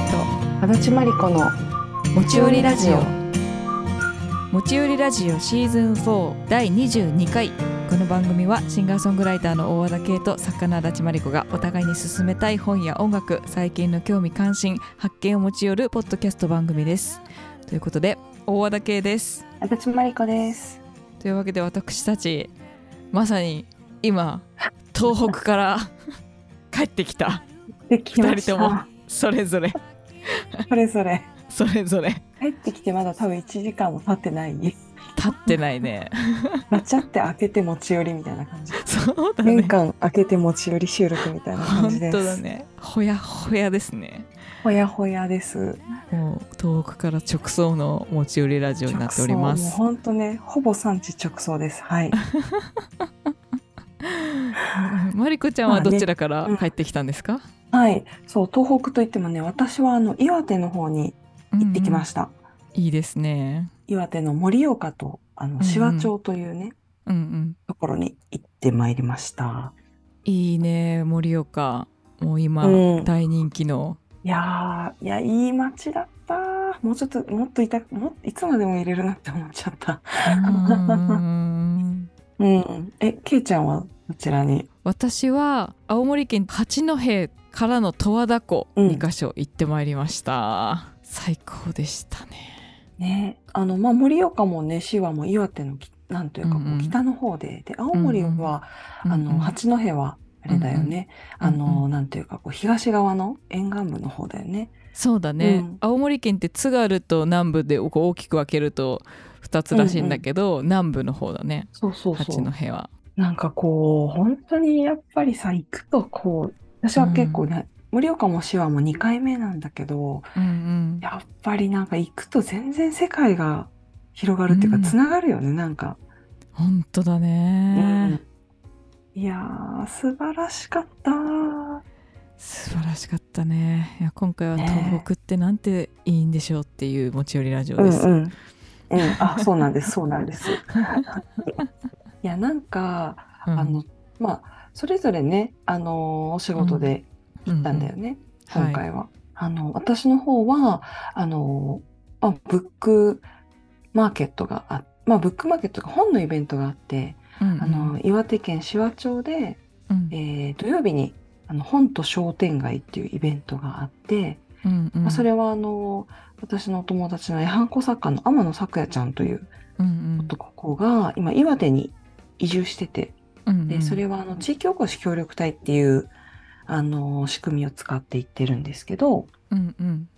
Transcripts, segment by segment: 足立真理子の持ち寄りラジオ持ち寄りラジオシーズン4第22回この番組はシンガーソングライターの大和田圭と作家の足立真理子がお互いに進めたい本や音楽最近の興味関心発見を持ち寄るポッドキャスト番組ですということで大和田圭です足立真理子ですというわけで私たちまさに今東北から帰ってきたできま2し人ともたそれぞれそれぞれそれぞれ帰ってきてまだ多分1時間も経ってない立立ってないねちゃって開けて持ち寄りみたいな感じそうだね玄関開けて持ち寄り収録みたいな感本じです当だねほやほやですねほやほやですもう遠くから直送の持ち寄りラジオになっておりま直送もうす本当ねほぼ産地直送ですはいマリコちゃんはどちらから帰ってきたんですか、はいそう東北といってもね私はあの岩手の方に行ってきました、たいいですね岩手の盛岡とあんうんの紫波町というね、うんうんところに行ってまいりましたいいね盛岡もう今、うん大人気のいやーいやいい街だったもうちょっともっといたもいつまでもいれるなって思っちゃったうんうんえけいちゃんはどちらに私は青森県八戸からの十和田湖うん2カ所行ってまいりました、最高でしたねねあのまあ盛岡もね市はもう岩手のきなんというかこうんうんう北の方でで青森はあうんうのん八戸はあれだよねうんうあんうんうのなんていうかこう東側の沿岸部の方だよねそうだね、うん青森県って津軽と南部でこう大きく分けると2つらしいんだけど、南部の方だねそうそう八そう戸はなんかこう、本当にやっぱりさ、行くとこう、私は結構ね、盛岡も市はもう2回目なんだけど、うんうんやっぱりなんか行くと全然世界が広がるっていうか、うんつながるよね、なんか。本当だね、いやー、素晴らしかった。素晴らしかったねいや今回はね東北ってなんていいんでしょうっていう持ち寄りラジオです、うんうん。うん、あ、そうなんです、そうな んです。いや、なんか、うんあの、まあ、それぞれね、あのーお仕事で行ったんだよね。はい今回は。あの私の方はあの、まあ、ブックマーケットがあまあブックマーケットが本のイベントがあって、うんうんあの岩手県紫波町で、うんえー土曜日にあの本と商店街っていうイベントがあって、うんうんまあ、それはあの私のお友達の絵はんこ作家の天野咲也ちゃんといううんうん男が今岩手に移住しててうんうんでそれはあの地域おこし協力隊っていうあの仕組みを使っていってるんですけど、うんうん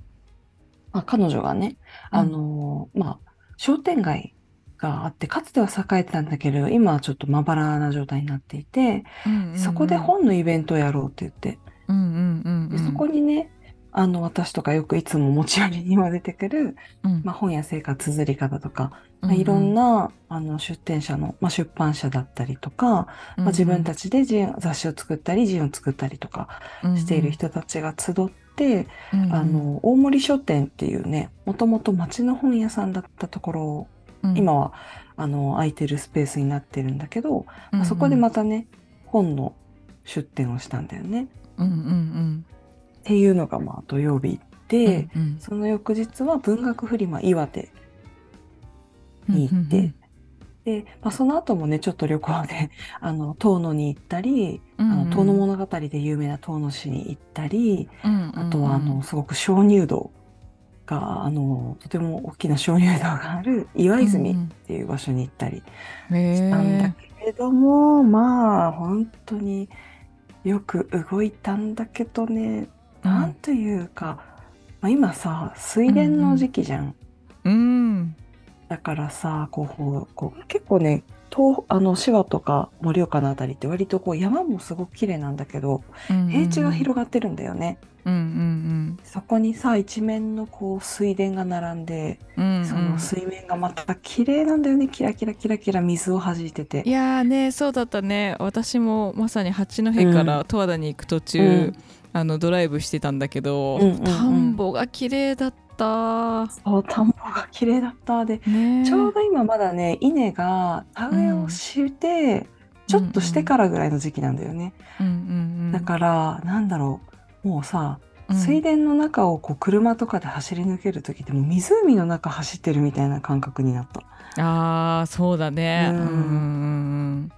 まあ、彼女がね、うんあのーまあ、商店街があって、かつては栄えてたんだけれど、今はちょっとまばらな状態になっていて、うんうんうんそこで本のイベントをやろうって言って、うんうんうんうでんそこにね、あの、私とかよくいつも持ち寄りにも出てくる、うんまあ、本や生活綴り方とか、うまあいろんな、あの、出展者の、まあ、出版社だったりとか、まあ、自分たちでジン雑誌を作ったり、ジンを作ったりとかしている、人たちが集って、うんうんあの大森書店っていうねもともと町の本屋さんだったところをうん今はあの空いてるスペースになってるんだけど、うんうんそこでまたね本の出店をしたんだよねうんうんうんっていうのがまあ土曜日で、うんうんその翌日は文学フリマ岩手に行って、で、まあ、その後もねちょっと旅行で あの遠野に行ったり、うんうんあの遠野物語で有名な遠野市に行ったり、うんうんうんあとはあのすごく鍾乳洞があのとても大きな鍾乳洞がある岩泉うっんていう場所に行ったりうんへしたんだえけれども、まあ本当によく動いたんだけどね、なんというか、まあ、今さ水田の時期じゃん、うんだからさこうこう結構ね東あの芝とか盛岡のあたりって割とこう山もすごく綺麗なんだけど平地が広がってるんだよね。うんうんそこにさ一面のこう水田が並んで、うんうんうんその水面がまた綺麗なんだよねキラキラキラキラ水を弾いてていやーねそうだったね私もまさに八戸から十和田に行く途中、うんあのドライブしてたんだけど、うんうんうん田んぼが綺麗だったそう田んぼが綺麗だったで、ねちょうど今まだね稲が田植えをして、ちょっとしてからぐらいの時期なんだよね、うんうんうんだからなんだろうもうさうん水田の中をこう車とかで走り抜ける時ってもう湖の中走ってるみたいな感覚になったあーそうだねううんうんんうん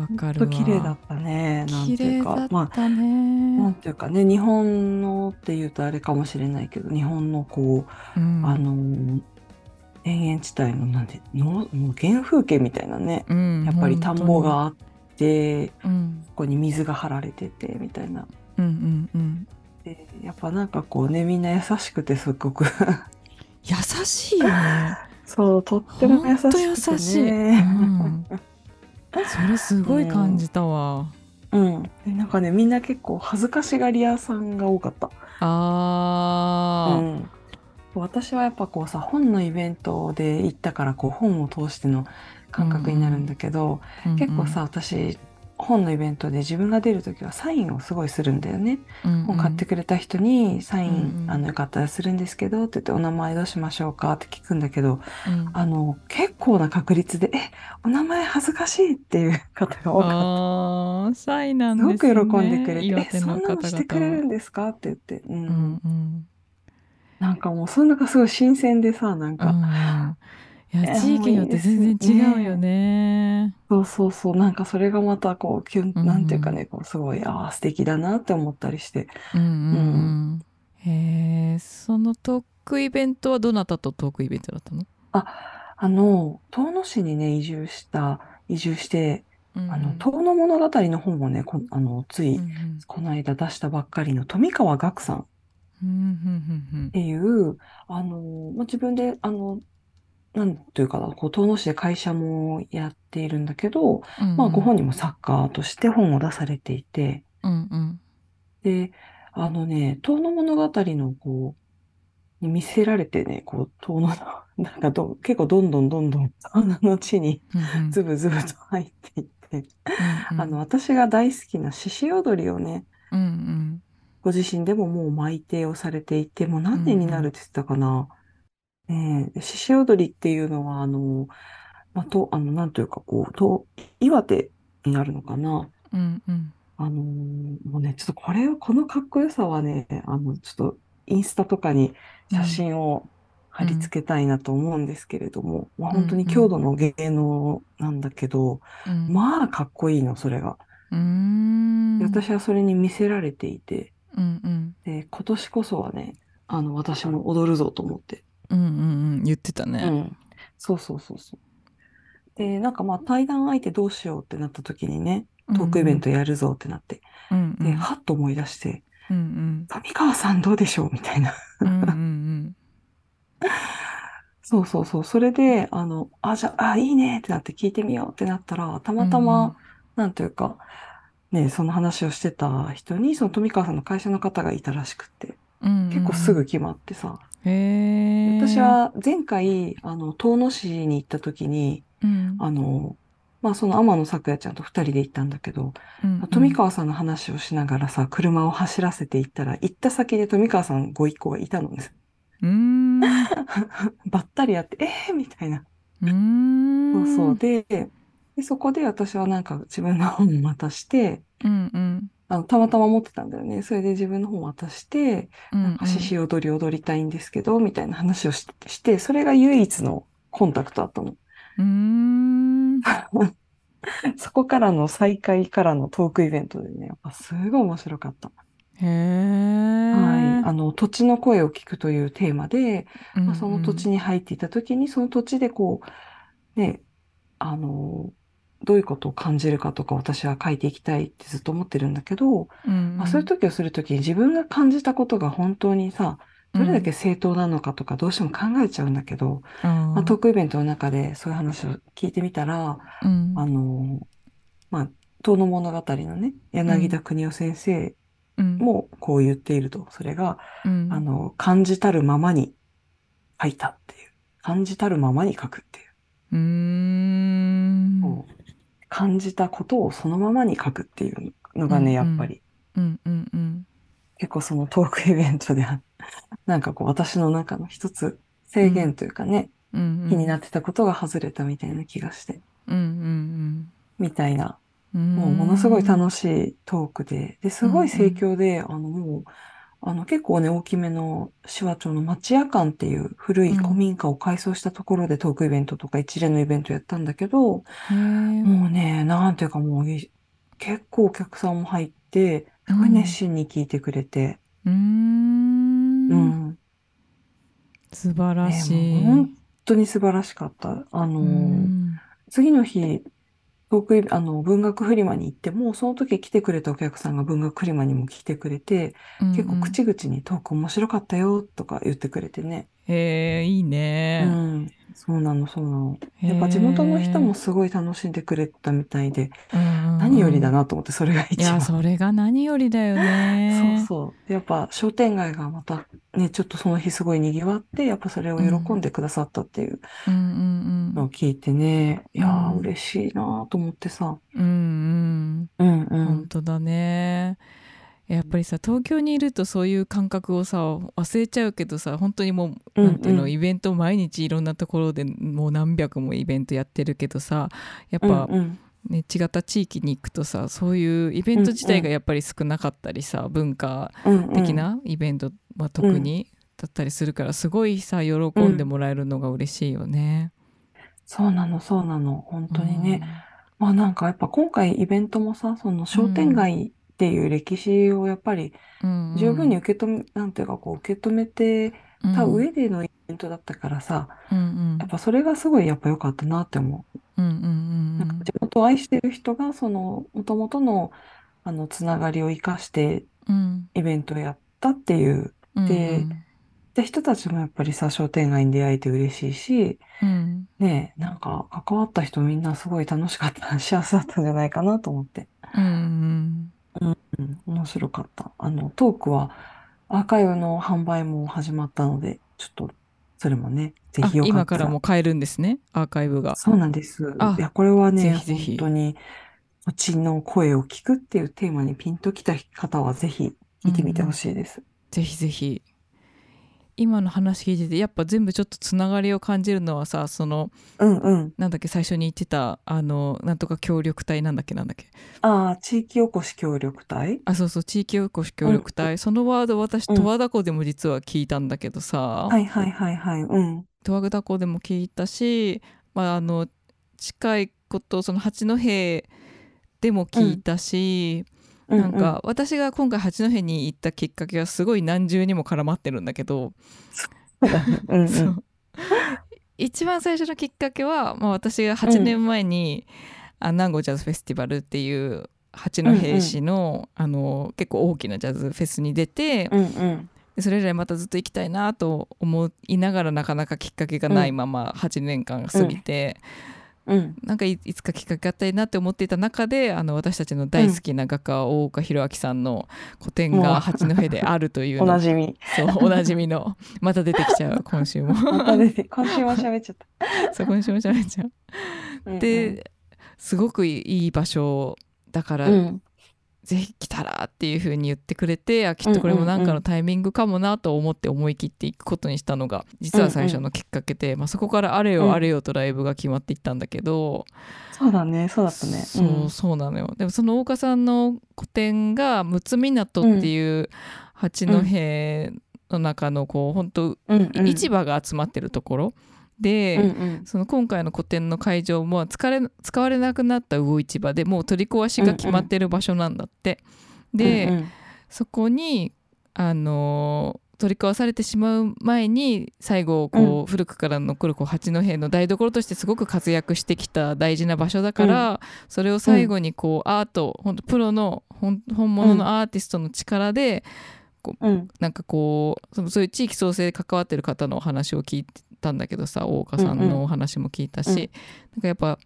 わかるほわんと綺麗だったねなん綺てい麗うかだっまあたね、なんていうかね日本のっていうとあれかもしれないけど日本のこう、うんあの田園地帯のなんてのの原風景みたいなねうんやっぱり田んぼ本があって当にうんここに水が張られててみたいなうんうんうんでやっぱなんかこうねみんな優しくてすごく優しいよねそうとっても本優しく当て、ね、優しい、うん、それすごい感じたわ、うん、でなんかねみんな結構恥ずかしがり屋さんが多かった。うあん、私はやっぱこうさ本のイベントで行ったからこう本を通しての感覚になるんだけど、ー、うん結構さ、私本のイベントで自分が出る時はサインをすごいするんだよね。本買ってくくれた人にサイン、うんうんあのよかったらするんですけどって言ってお名前どうしましょうかって聞くんだけどあの結構な確率で「えお名前恥ずかしい」っていう方が多かった。あーシャイなんすごでくすね喜んでくれて、岩え手そのん方なの々してくれるんですかって言って、うんうんうんなんかもうそれがすごい新鮮でさなんうんか、いやえ地域によって全然違うよねそうそうそうなんかそれがまたこうキュン、うんなんていうかねこうすごいああ素敵だなって思ったりしてうんうんうんへえそのトークイベントはどなたとトークイベントだったのあの遠野市にね移住した移住して、あのー遠野物語の本をねこあのつい、クこの間出したばっかりの富川岳さんっうんていうあの、まあ、自分であのなんというかなこう遠野市で会社もやっているんだけど、まあ、ご本人も作家として本を出されていて、うんうんで、あのね、遠野物語のこう、に見せられてね、こう、遠野の、なんかど、結構どんどんどんどん、遠野の地にうんうんズブズブと入っていっうて、んうんあの、私が大好きな獅子踊りをね、うんうんご自身でももう巻いてをされていて、もう何年になるって言ってたかな。ねえ、獅子踊りっていうのは、あの、まあ、と、あの、なんというか、こう、と、岩手になるのかな。うんうんあのーもうね、ちょっとこれを、このかっこよさはね、あの、ちょっとインスタとかに写真を貼り付けたいなと思うんですけれども、まあ本当に郷土の芸能なんだけど、うんまあかっこいいの、それが。うーんで私はそれに見せられていて、うんうんで、今年こそはね、あの、私も踊るぞと思って。うんうんうん言ってたうね。ん。そうそうそうそう。で、なんかまあ対談相手どうしようってなった時にね、トークイベントやるぞってなって、うんうんで、はっと思い出して、うん上川さんどうでしょうみたいな。うんうんうんそうそうそう。それで、あの、あ、じゃあ、あいいねってなって聞いてみようってなったら、たまたうんうんま、なんというか、ね、その話をしてた人に、その富川さんの会社の方がいたらしくって、うんうん結構すぐ決まってさ。へえ私は前回、あの、遠野市に行った時に、うんあの、まあ、その天野咲也ちゃんと二人で行ったんだけど、うんうん富川さんの話をしながらさ、車を走らせて行ったら、行った先で富川さんご一行がいたのです。うーんうばったりやって、えーみたいな。ーんそうそう。で、でそこで私はなんか自分の本を渡して、うんうんあの、たまたま持ってたんだよね。それで自分の本を渡して、うんなんか獅子踊り踊りたいんですけど、みたいな話をしして、それが唯一のコンタクトだったの。うんうーんそこからの再会からのトークイベントでね、やっぱすごい面白かった。へえはい。あの、土地の声を聞くというテーマで、まあ、その土地にに入っていた時にその土地でこうねあのどういうことを感じるかとか私は書いていきたいってずっと思ってるんだけど、まあ、そういう時をする時に自分が感じたことが本当にさどれだけ正当なのかとかどうしても考えちゃうんだけど、まあ、トークイベントの中でそういう話を聞いてみたらあのまあ遠野物語のね柳田邦夫先生もこう言っているとそれがあの、感じたるままに書いたっていう。感じたるままに書くっていうーんう。こう感じたことをそのままに書くっていうのがね、うんうやんっぱり。うんうんうん結構そのトークイベントであ、 なんかこう私の中の一つ制限というかね、うんうん気になってたことが外れたみたいな気がして、うんうんみたいな、うんうんもうものすごい楽しいトークで、で、すごい盛況で、あのもう、あの、結構ね、大きめの紫波町の町屋館っていう古い古民家を改装したところでトークイベントとか一連のイベントやったんだけど、へえ。もうね、なんていうかもうい、結構お客さんも入って、すごい熱心に聞いてくれて、うーん。うん。素晴らしい。ねもう本当に素晴らしかった。あの、うん次の日、トークイベあの、文学フリマに行っても、その時来てくれたお客さんが文学フリマにも来てくれて、結構。口々にトーク面白かったよとか言ってくれてね。へえ、いいうね。ん。そうなの、そうなの。へえやっぱ地元の人も、すごい楽しんでくれたみたいで、何何よりだな。なと思って、それがい一や、番。それが何よりだよそうね。そう。やっぱ商店街がまたね、ちょっとその日すごい賑わって、やっぱそれを喜んでくださったっていうう。うんうんうのをん。聞いてね、いやーうん嬉しいなーと思ってさ。うんうんううん。本当だね。やっぱりさ東京にいるとそういう感覚をさ忘れちゃうけどさ本当にもううんうなんんていうのイベント毎日いろんなところでもう何百もイベントやってるけどさやっうんぱうん。ね、違った地域に行くとさそういうイベント自体がやっぱり少なかったりさ、文化うんうん的なイベントは特にだったりするからすごいさ喜んでもらえるのが嬉しいよね。そうなの、そうなの。本当にね。ね。まあなんかやっぱ今回イベントもさ、その商店街っていう歴史をやっぱりうん十分に受け止め、なんていうかこう受け止めてた上でのイベントだったからさ、うんうんやっぱそれがすごいやっぱ良かったなって思う。うんうなんんか地元を愛してる人がその元々のあのつながりを生かしてうんイベントをやったっていううんでで人たちもやっぱりさ商店街に出会えて嬉しいしうんねえなんか関わった人みんなすごい楽しかった幸せだったんじゃないかなと思って、うんうんうん、面白かったあのトークはアーカイブの販売も始まったのでちょっとそれもねぜあひよか今ったかららも変えるんですねアーカイブが。そうなんです。あいや、これはね、ぜひぜひ本当に、うちの声を聞くっていうテーマにピンときた方は、ぜひ聞いてみてほしいです。ぜひぜひ今の話聞いててやっぱ全部ちょっとつながりを感じるのはさそのうんうん。なんだっけ最初に言ってたあのなんとか協力隊なんだっけなんだっけああ、地域おこし協力隊あそうそう地域おこし協力隊、そのワード私うん十和田湖でも実は聞いたんだけどさ、はいはいはいはい。うん。十和田湖でも聞いたし、まあ、あの近いことその八戸でも聞いたし、うんなんか私が今回八戸に行ったきっかけはすごい何重にも絡まってるんだけど、うん。うんそうん。 う一番最初のきっかけは、まあ、私が8年前に、あ南郷ジャズフェスティバルっていう八戸市の,、あの結構大きなジャズフェスに出てうんうん。でそれ以来またずっと行きたいなと思いながらなかなかきっかけがないまま8年間が過ぎて、うん。なんかいいつかきっかけがあったらいいなって思っていた中であの私たちの大好きな画家大岡弘明さんの個展うがわ八戸であるという おのなじみ。そうおなじみのまた出てきちゃ う今週も。また出て、今週も喋っちゃった。 そう今週も喋っちゃううんうん ですごくいい場所だから、うん。ぜひ来たらっていう風に言ってくれてあきっとこれもなんかのタイミングかもなと思って思い切っていくことにしたのが実は最初のきっかけで、まあ、そこからあれうんよあれよとライブが決まっていったんだけど、そうだね、そうだったね。そうそうなのよでもその大岡さんの個展が「むつみなと」っていう八戸の中のこう本当うん。うんうん。市場が集まってるところで。うんうん。その今回の個展の会場も疲れ使われなくなった魚市場でもう取り壊しが決まってる場所なんだって。で、うんうん、そこに、あのー取り壊されてしまう前に最後こう、古くから残るこう八戸の台所としてすごく活躍してきた大事な場所だから、それを最後にこうアート本当プロのほん本物のアーティストの力で、うん。なんかこうそのそういう地域創生で関わってる方のお話を聞いたんだけどさ大岡さんうんうんのお話も聞いたし、うんなんかやっぱ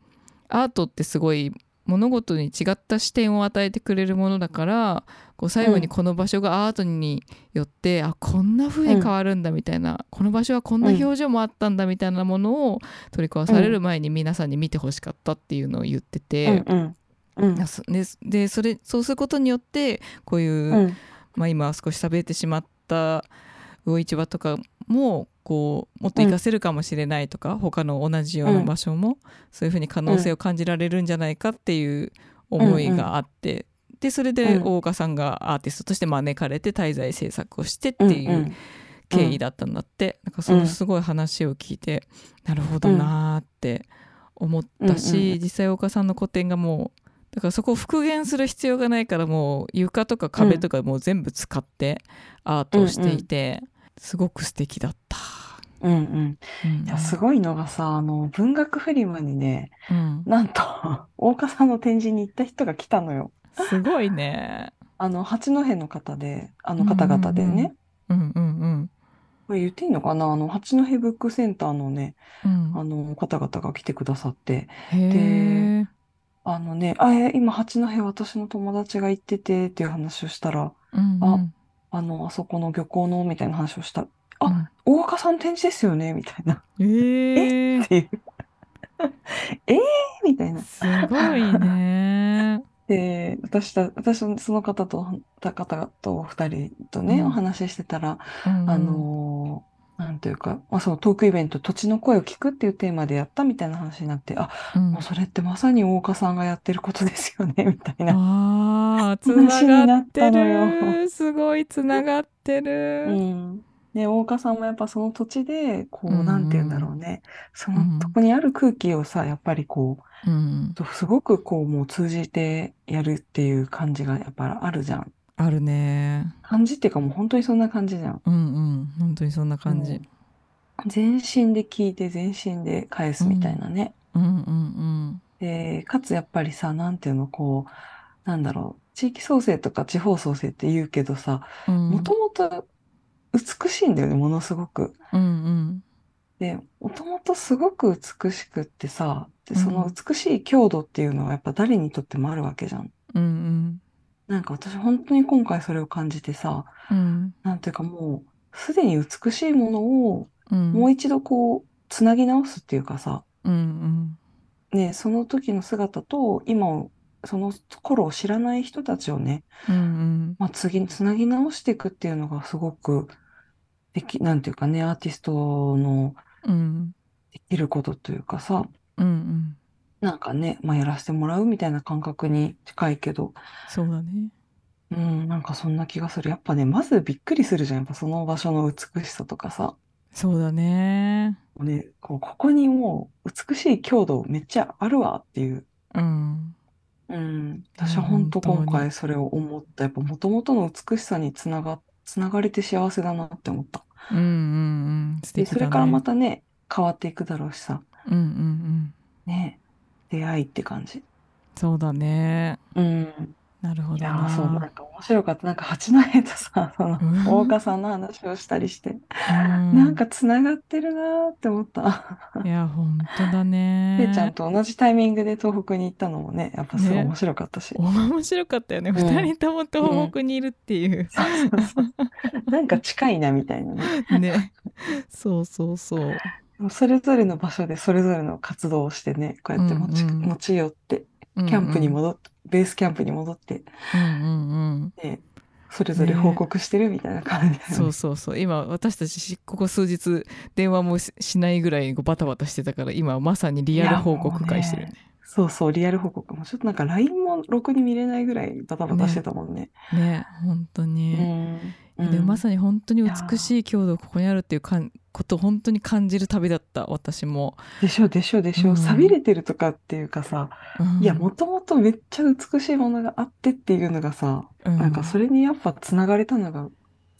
アートってすごい物事に違った視点を与えてくれるものだからこう最後うにんこの場所がアートによって、あこんな風に変わるんだみたいな、この場所はこんな表情もあったんだみたいなものを取り壊される前に皆さんに見てほしかったっていうのを言ってて、うんうん。あそででそれそうすることによってこういう、うん。まあ、今少し食べてしまった魚市場とかもこうもっと活かせるかもしれないとか、他の同じような場所もそういうふうに可能性を感じられるんじゃないかっていう思いがあって、でそれでうん大岡さんがアーティストとして招かれて滞在制作をしてっていんう経緯だったんだって、なんかそのすごい話を聞いて、なるほどなーって思ったし、うんうん実際大岡さんの個展がもうだからそこを復元する必要がないからもう床とか壁とかもう全部使ってアートをしていて、すごく素敵だった。うんうんうんうんいやすごいのがさあの文学フリマにねうんなんと大岡さんの展示に行った人が来たのよ。すごいね。あの八戸の方であの方々でうんうんうんねうんうんこれ言っていいのかなあの八戸ブックセンターのねうん。うあん、の方々が来てくださってへえ。あのねあえ今八戸私の友達が行っててっていう話をしたらうんうんああのあそこの漁港のみたいな話をしたあ大岡さん展示ですよねみたいなうんへえっ。ていう えーみたいな。すごいね。で、私た、私のその方と、た方と二人とね、うんお話ししてたら、うんあ、のーなんというか、まあ、そのトークイベント、土地の声を聞くっていうテーマでやったみたいな話になって、あ、うんもうそれってまさに大岡さんがやってることですよね、 みたいな。 ああ、つ話ながになっってたのよる。すごいつながってる。うん。で、大岡さんもやっぱその土地で、こうんうう、んなんて言うんだろうね。そうんの、とこにある空気をさ、やっぱりこう、うんすごくこう、もう通じてやるっていう感じがやっぱあるじゃん。あるね。感じっていうかもう本当にそんな感じじゃん。うんうん。本当にそんな感じ。うん全身で聞いて全身で返すみたいなね。うんうんで、かつやっぱりさ、なんていうの、こう、なんだろう、地域創生とか地方創生って言うけどさ、うん。うんもともと美しいんだよね、ものすごく。うんで、もともとすごく美しくってさ、で、うんその美しい強度っていうのはやっぱ誰にとってもあるわけじゃん。うん。うんなんか私本当に今回それを感じてさ、うん。なんていうかもう、すでに美しいものをうん。もう一度こう、つなぎ直すっていうかさ、うんうん。ね、その時の姿と今を、その頃を知らない人たちをね、うんうん。まあ、次につなぎ直していくっていうのがすごくでき、なんていうかね、アーティストのうんできることというかさ、うんうん。なんかね、まあ、やらせてもらうみたいな感覚に近いけど、そうだね。うん、なんかそんな気がする。やっぱね、まずびっくりするじゃん。やっぱその場所の美しさとかさ、そうだね。ね、こう、ここにもう美しい強度めっちゃあるわっていう。うん。うん、私は本当本当に今回それを思った。やっぱ元々の美しさにつなが、つながれて幸せだなって思った。うんうんうん。素で、敵だね。それからまたね、変わっていくだろうしさ、うんうんうん。ね、出会いって感じ。そうだね。うん。なるほいどやな。ー、そう、なんか面白かった。なんか八戸とさ、その、うん大岡さんの話をしたりして、うんなんかつながってるなーって思った。いや本当だね。ペイちゃんと同じタイミングで東北に行ったのもね、やっぱすごい面白かったし。面白かったよね。うん二、人とも東北にいるっていう。そうそうそう。なんか近いなみたいなね。ね。そうそうそう。もうそれぞれの場所でそれぞれの活動をしてね、こうやって持ち、うんうん持ち寄って、キャンプに戻って、ベースキャンプに戻って、うんうんうん。ね、それぞれ報告してるみたいな感じだよねそうそうそう今私たちここ数日電話もししないぐらいバタバタしてたから今まさにリアル報告会してるねそうそう、リアル報告も、ちょっとなんか LINE もろくに見れないぐらいバタバタしてたもんね。ね本当に、うんでうんまさに本当に美しい郷土がここにあるっていうかんことを本当に感じる旅だった私も、でしょでしょでしょ、うん錆びれてるとかっていうかさ、うんいや、もともとめっちゃ美しいものがあってっていうのがさ、うんなんかそれにやっぱつながれたのが、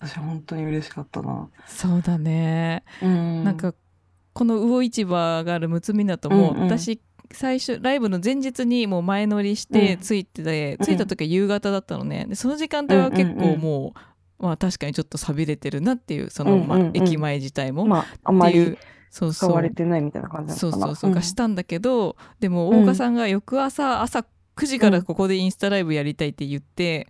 私本当に嬉しかったな。そうだね、うんなんかこの魚市場があるむつみだともう、うんうん私最初ライブの前日にもう前乗りしてうん着いてて、うん着いた時は夕方だったのねでその時間帯は結構もう、まあ、確かにちょっと寂れてるなっていうその、まあうんうんうん駅前自体も、まあ、あんっまていりうそう使そわうれてないみたいな感じなそうのかそな。うそうがしたんだけど、でもうん大岡さんが翌朝朝9時からここでインスタライブやりたいって言って、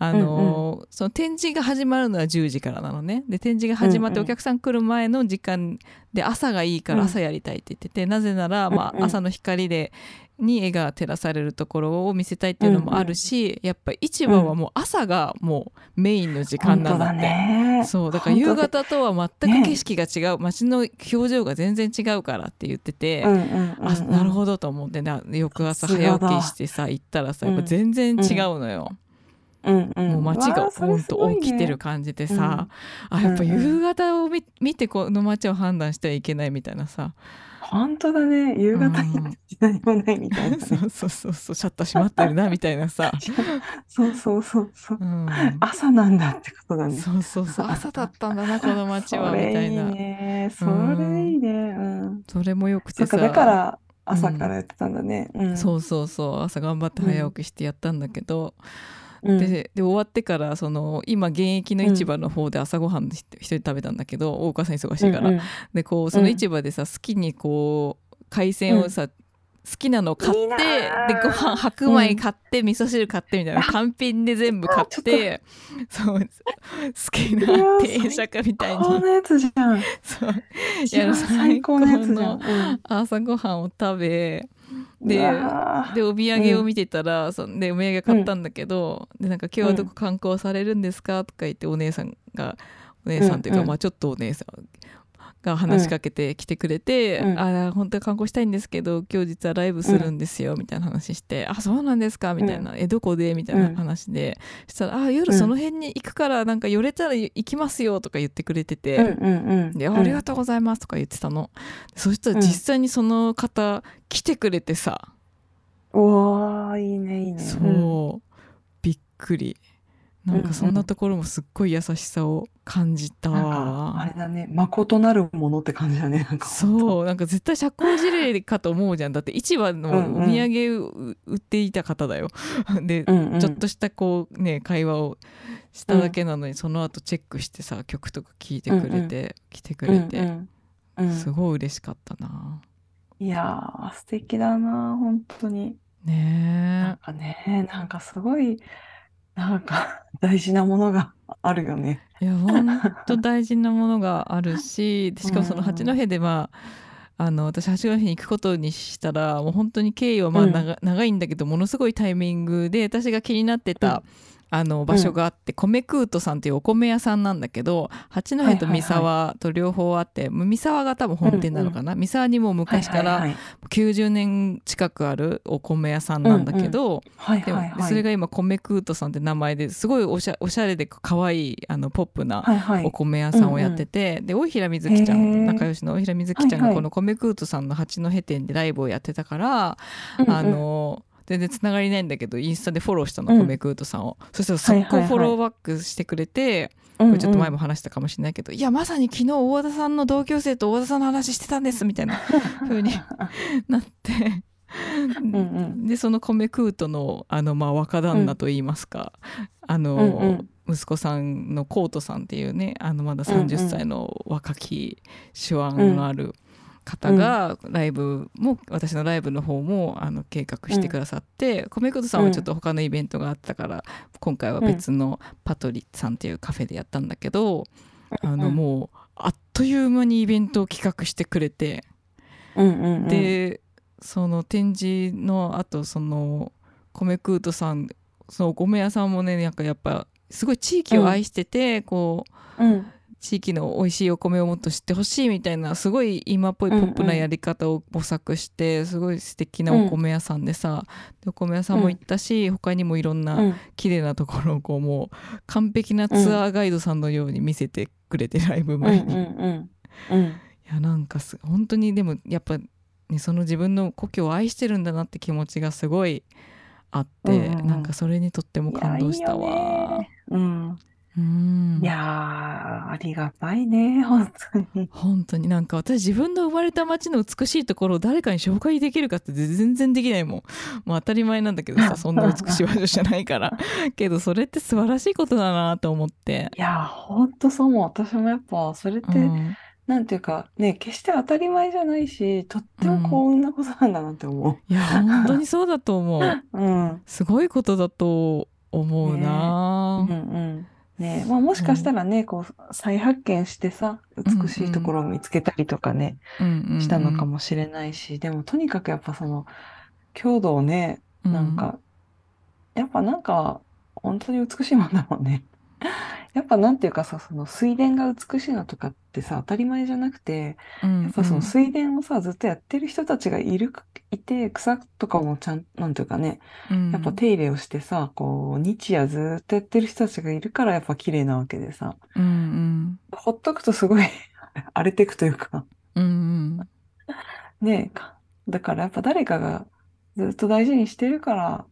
あのーその展示が始まるのは10時からなのねで展示が始まっうんてうおん客さん来る前の時間で朝がいいから朝やりたいって言ってて、なぜなら、まうあ、んうん朝の光でに絵が照らされるところを見せたいっていうのもあるし、やっぱ市場はもう朝がもうメインの時間本な当んだだって。ね。そうだから夕本当だ方とは全く景ね色が違う、街の表情が全然違うからって言ってて、うんうんうんあなるほどと思ってな翌朝早起きしてさ行ったらさやっぱ全然違うのよ、うんうん。もう街わがあそほれんすとごい起きてねる感じでさ、あんやっぱうんうん夕方を見見てこの街を判断してはいけないみたいなさ本当だね。夕方になって何もないみたいなね。 そうそうそうそうシャッター閉まってるなみたいなさ、そうそうそうそう。うん、朝なんだってことだね。そうそうそう朝だったんだなこの街はそみれたいなね。それいいね。うん。それもよくそてっか、さだから朝からやってたんだね。うん。そうそうそう朝頑張って早起きしてやったんだけど、うん。でで終わってからその今現役の市場の方で朝ごはんひ一人で食べたんだけど大川さん忙しいから、うんうんでこうその市場でさ好きにこう海鮮をさ、好きなの買っていいなーでご飯白米買って、味噌汁買ってみたいな単品で全部買ってそう好きな定食み たいにこんなやつじゃん。そう一や番最高のやつじゃん。朝ごはんを食べうんでう わでお土産を見てたら、そんでお土産買ったんだけど、でなんか今日はどこ観光されるんですかとか言ってお姉さんがお姉さんというか、うんまあちょっとお姉さんが話しかけて来てくれて、うんあ本当は観光したいんですけど今日実はライブするんですよみたいな話して、あそうなんですかみたいな、えどこでみたいな話で、したらあ夜その辺に行くからなんか寄れたら行きますよとか言ってくれてて、うんうんうん。で「ありがとうございます」とか言ってたの、そしたら実際にその方来てくれてさ、うん。うわーいいねいいね。うんそうびっくりなんかそんなところもすっごい優しさを感じたなんかあわ、れだね、誠なるものって感じだね。なんかそうなんか絶対社交辞令かと思うじゃんだって市場のお土産売っていた方だよ で、うんうん。ちょっとしたこうね会話をしただけなのに、その後チェックしてさ曲とか聴いてくれて、来てくれて、うんうんうんすごい嬉しかったないやー素敵だな本当に。なんねかねなんかすごいなんか 大事なものがあるよね。えいや本当大事なものがあるしでしかもそのうん八戸でまああの私八戸に行くことにしたらもう本当に経緯はまあうん長,、長いんだけどものすごいタイミングで私が気になってた、うんあの場所があって、米クートさんっていうお米屋さんなんだけど八戸と三沢と両方あって、もう三沢が多分本店なのかな、三沢にも昔からはい90年近くあるお米屋さんなんだけど、はいではいはいはいはいそれが今米クートさんって名前ですごいおしゃおしゃれで可愛いあのポップなはいはいお米屋さんをやってて、で大平瑞希ちゃへんー仲良しの大平瑞希ちゃんがはいはいこの米クートさんの八戸店でライブをやってたから、うんうんあの全然つながりないんだけどインスタでフォローしたうのん米クートさんを、そしたら速はいはい攻はいフォローバックしてくれて、うんうんこれちょっと前も話したかもしれないけど、いやまさに昨日大和田さんの同級生と大和田さんの話してたんですみたいな 風になって。うんうんでその米クートのあの、まあ、若旦那といいますか、あの、うんうん息子さんのコートさんっていうねあのまだうんうん30歳の若き手腕のある方がライブも、私のライブの方もあの計画してくださって、米クートさんはちょっと他のイベントがあったから今回は別のパトリさんっていうカフェでやったんだけど、あのうんもうあっという間にイベントを企画してくれて。うんうんうんでその展示のあとその米クートさんそのお米屋さんもねなんかやっぱすごい地域を愛してて、こううん地域の美味しいお米をもっと知ってほしいみたいなすごい今っぽいポップなやり方を模索して、すごい素敵なお米屋さんでさ、でお米屋さんも行ったし、他にもいろんうなん綺麗なところをこうもう完璧なツアーガイドさんのように見せてくれてライブうんうん前に。うんうんいやなんかす本当にでもやっぱ、ね、その自分の故郷を愛してるんだなって気持ちがすごいあって、うんうんうんなんかそれにとっても感動したいやいいよわね。うんうんいやーありがたいね 本当に。本当になんか私自分の生まれた町の美しいところを誰かに紹介できるかって全然できないもん、まあ、当たり前なんだけ どさそんな美しい場所じゃないからけどそれって素晴らしいことだなと思って。いやー本当そう思う私もやっぱそれって、うんなんていうかね決して当たり前じゃないしとっても幸運なことなんだなって思いや本当にそうだと思 うう。うんすごいことだと思うな、うんうんねえまあ、もしかしたらね、こう再発見してさ美しいところを見つけたりとかね、うんうんうんしたのかもしれないしでもとにかくやっぱその郷土をねなんか、やっぱなんか本当に美しいもんだもんね。 やっぱなんていうかさ、その水田が美しいのとかってさ、当たり前じゃなくて、やっぱその水田をさ、ずっとやってる人たちがいる、いて、草とかもちゃん、なんていうかね、やっぱ手入れをしてさ、こう、日夜ずっとやってる人たちがいるから、やっぱ綺麗なわけでさ、うんうんほっとくとすごい 荒れてくというか、うんうんねえか、だからやっぱ誰かがずっと大事にしてるから、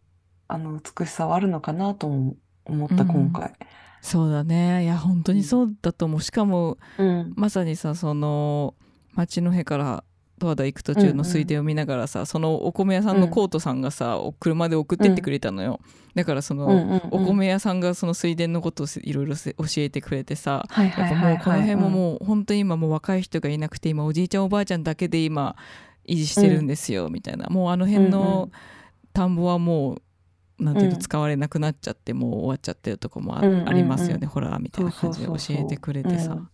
あの、美しさはあるのかなとも思った、うん今回。そうだねいや本当にそうだと思うしかもうん。まさにさその町の辺から十和田行く途中の水田を見ながらさ、そのお米屋さんのコートさんがさ、お車で送ってってくれたのよ、だからその、うんうんうんお米屋さんがその水田のことをいろいろ教えてくれてさはいやはっいぱはもいうこのはい辺もうんもう本当に今もう若い人がいなくて今おじいちゃんおばあちゃんだけで今維持してるんですよみたいなもうあの辺うんうのん田んぼはもうなんていうのうん使われなくなっちゃってもう終わっちゃってるとこもあうんうんうんありますよねホラーみたいな感じでそ教うそうそうそうえてくれてうさん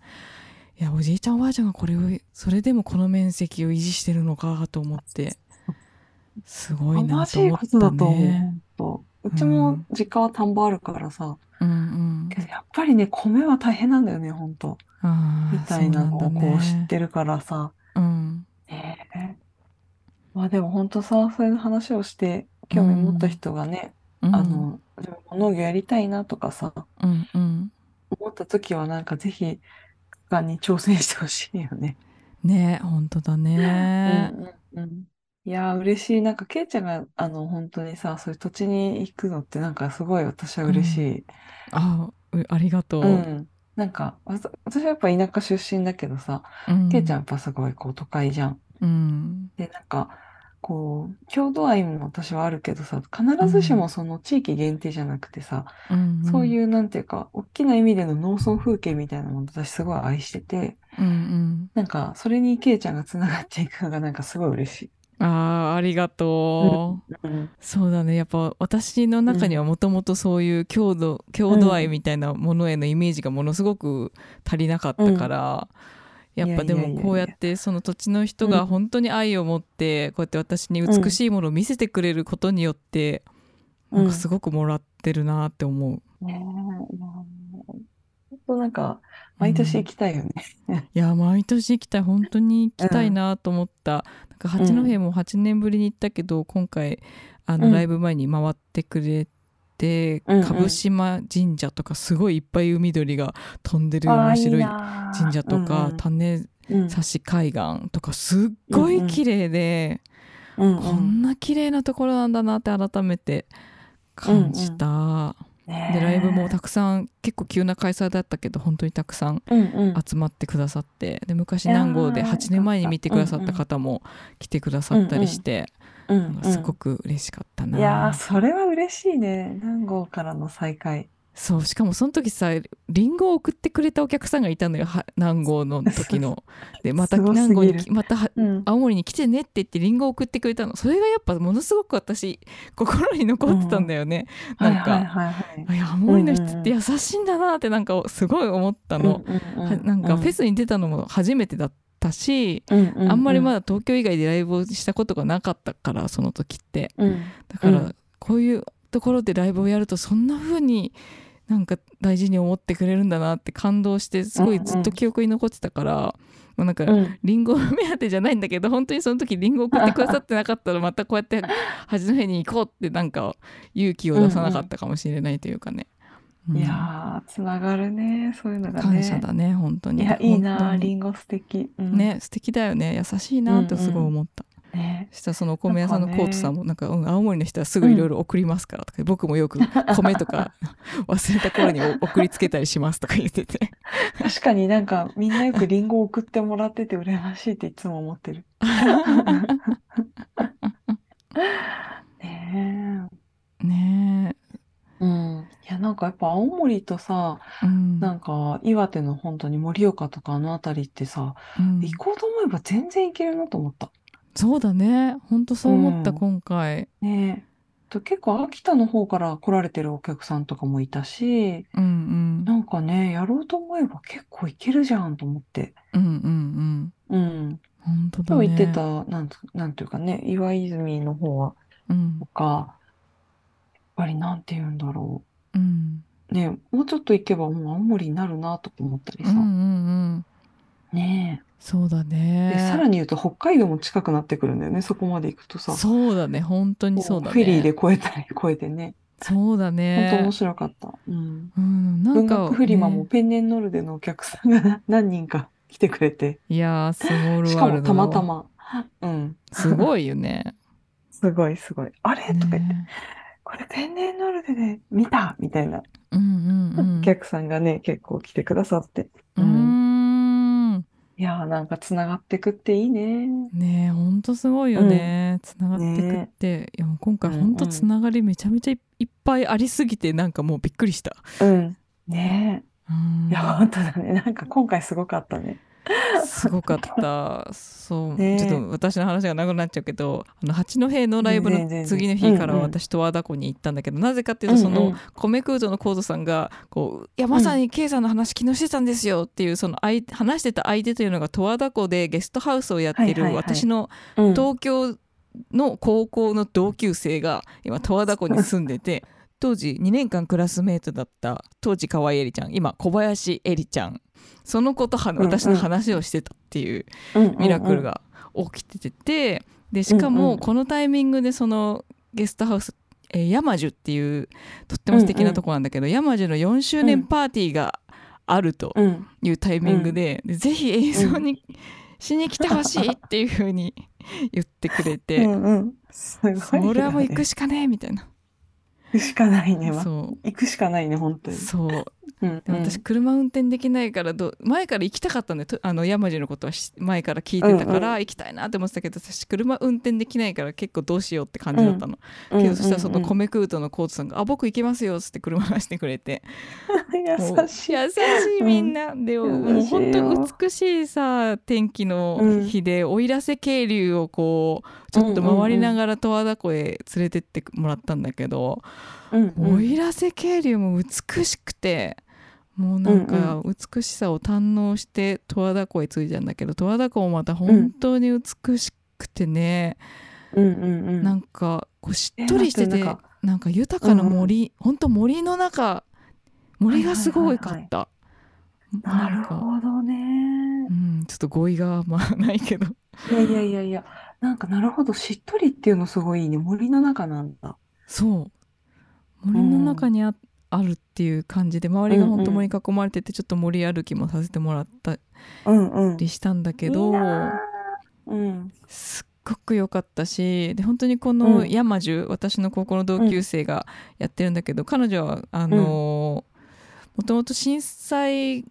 いやおじいちゃんおばあちゃんがこれをそれでもこの面積を維持してるのかと思ってすごいなマとジい思こっとただと思うね。本当。ううんちも実家は田んぼあるからさ、うんうんけどやっぱりね、米は大変なんだよね、本当。あーみたいなそうのをんだこう知ねってるからさ。うんねえまあでも本当さ、そういう話をして興味持った人がね、うんあの、自分も農業やりたいなとかさ、うんうん思った時はなんかぜひ、区間に挑戦してほしいよね。ね本当だね。うんうんうんいやー嬉しい。なんか、ケイちゃんが、あの、本当にさ、そういう土地に行くのって、なんか、すごい私は嬉しい。あうありがとう。うん。なんか、わた私はやっぱ田舎出身だけどさ、うんケイちゃんやっぱすごい、こう、都会じゃん。うんで、なんか、こう、郷土愛も私はあるけどさ、必ずしもその地域限定じゃなくてさ、うんうん、、そういうう、なんていうか、大きな意味での農村風景みたいなもの私すごい愛してて、うんなんか、それにケイちゃんがつながっていくのが、なんか、すごい嬉しい。うん、あーありがとう。うん。そうだねやっぱ私の中にはもともとそういう郷土郷土愛みたいなものへのイメージがものすごく足りなかったから、うんやっぱでいやいやいやいもやこうやってその土地の人が本当に愛を持ってこうやって私に美しいものを見せてくれることによって、うんなんかすごくもらってるなって思う。ねえ、いや本当なんか、毎年行きたいよね。いや毎年行きたい本当に行きたいなと思った、なんか八戸も8年ぶりに行ったけど、今回あのうんライブ前に回ってくれて、うんうん株島神社とかすごいいっぱい海鳥が飛んでるあ面あ、いい白いな神社とか、うん種うん、差し海岸とかすっごい綺麗で、うん、こんな綺麗なところなんだなって改めて感じた、ねでライブもたくさん結構急な開催だったけど本当にたくさんうんうん、集まってくださってで昔いやー南郷で8年前に見てくださった方も来てくださったりして、うんなんうかんすごく嬉しかったな、いやー、それは嬉しいね。南郷からの再会。そうしかもその時さリンゴを送ってくれたお客さんがいたのよは南郷の時 の。でまたすごすぎる南郷にきまたはうん。青森に来てねって言ってリンゴを送ってくれたのそれがやっぱものすごく私心に残ってたんだよね、はいなんか、はいはいはい。いや青森の人って優しいんだなってなんかすごい思ったの、うんはなんかフェ、スに出たのも初めてだったし、うんうんうん、あんまりまだ、だ東京以外でライブをしたことがなかったからその時ってうん、だかうらこういうところでライブをやるとそんな風になんか大事に思ってくれるんだなって感動してすごいずっと記憶に残ってたから、まあなんかうん、リンゴ目当てじゃないんだけど本当にその時リンゴ送ってくださってなかったらまたこうやって八戸に行こうってなんか勇気を出さなかったかもしれないというかね。うんいやー、つながるね。そういうのがね。感謝だね本当いに。や、いいな本ー、当にリンゴ素敵。うん、ね素敵だよね優しいなってすごい思った。ね。したそのお米屋さんのコートさんもなんか、うん、青森の人はすぐいろいろ送りますからとか、僕もよく米とか 忘れた頃にお送りつけたりしますとか言ってて確かになんか、みんなよくリンゴ送ってもらってて羨ましいっていつも思ってる。ねねえ。うん。いや、なんかやっぱ青森とさ、え、うんなんか岩手の本当に盛岡とかあの辺りってさ、うん行こうと思えば全然行けるなと思った。そうだね本当そう思った、うん今回、ねえ。と結構秋田の方から来られてるお客さんとかもいたし、うんなんかね、やろうと思えば結構行けるじゃんと思って。うん、うんうんうんうん。本当だ今ね日行ってた、なんつ、なんていうかね、岩泉の方は、うんとか、やっぱりなんて言うんだろうんう。ね、もうちょっと行けばもう青森になるなとか思ったりうんうさ。んうんねそうだえ。ねで、さらに言うと北海道も近くなってくるんだよね、そこまで行くとさ。そうだね本当にそうだねフェリーで越えたり越えてね。そうだ本当ね面白かった。うん。うんな文んか、学フリマもねペンネンノルデのお客さんが 何人か来てくれて、いやースモールしかワーもルドたまたま。うん。すごいよねすごいすごい。あれとか言って、ねこれペンネンノルデで見たみたいなうんうんうんお客さんがね、結構来てくださって。うーんいやーなんかつながってくっていいね。ねえほんとすごいよね、つながってくって、いやもう今回うんほんとつながりめちゃめちゃいいっぱいありすぎてなんかもうびっくりした、うん。ねうんえ。いや、本当だね。なんか今回すごかったね。すごかったそう、ねえちょっと私の話が長くなっちゃうけどあの八戸のライブ全然の次の日からうんうん私と和田湖に行ったんだけど、なぜかっていうとその、うんうん米空洞のコードさんがこう「いやまさに K さんの話昨日してたんですよ」っていうその相手話してた相手というのが十和田湖でゲストハウスをやってはいはいはるい私のうん東京の高校の同級生が今十和田湖に住んで て当時2年間クラスメートだった当時河合恵里ちゃん今小林恵里ちゃんその子とはんうん私の話をしてたっていううんうんうんミラクルが起きててでしかうんうもんこのタイミングでそのゲストハウス、えー、山樹っていうとっても素敵なとこなんだけど、山樹の4周年パーティーがあるとうん。いうタイミングで,で、ぜひ映像にしに来てほしいっていうふうに 言ってくれうて、んうん。すごい、ね。俺はもう行くしかねえみたいな。 行くしかないね。まそ行くしかないね、本当うに。そううんで私車運転できないからど前から行きたかったんでとあの山路のことはし前から聞いてたかうんら行きたいなって思ってたけど、私車運転できないから結構どうしようって感じだったの、うんけどそしたらそのうんうん米空洞のコートさんが「あ僕行きますよ」っつって車出してくれてもう優しい。優しいみんな、でも優うしいよ本当美しいさ天気の日で奥入瀬渓流をこうちょっと回りながら十和田湖へ連れてってもらったんだけどうんうん奥入瀬渓流も美しくて。もうなんか美しさを堪能して十和田湖へ着いたんだけど十和田湖もまた本当に美しくてね、うんうんうん。なんかこうしっとりしてて、えなんなかんか豊かな森、ほんと森の中森がすごいかった、なるなんか、ほどねう。ん、ちょっと語彙がまあないけどいやいやいやいや。なんかなるほど。しっとりっていうのすごいいいね。森の中なんだ。そう森の中にあ,、あるっていう感じで周りが本当森に囲まれててちょっと森歩きもさせてもらったうんうん。りしたんだけどいいなーうん。すっごく良かったしで本当にこうのん山樹、私の高校の同級生がやってるんだけど、彼女はあのーもともと震災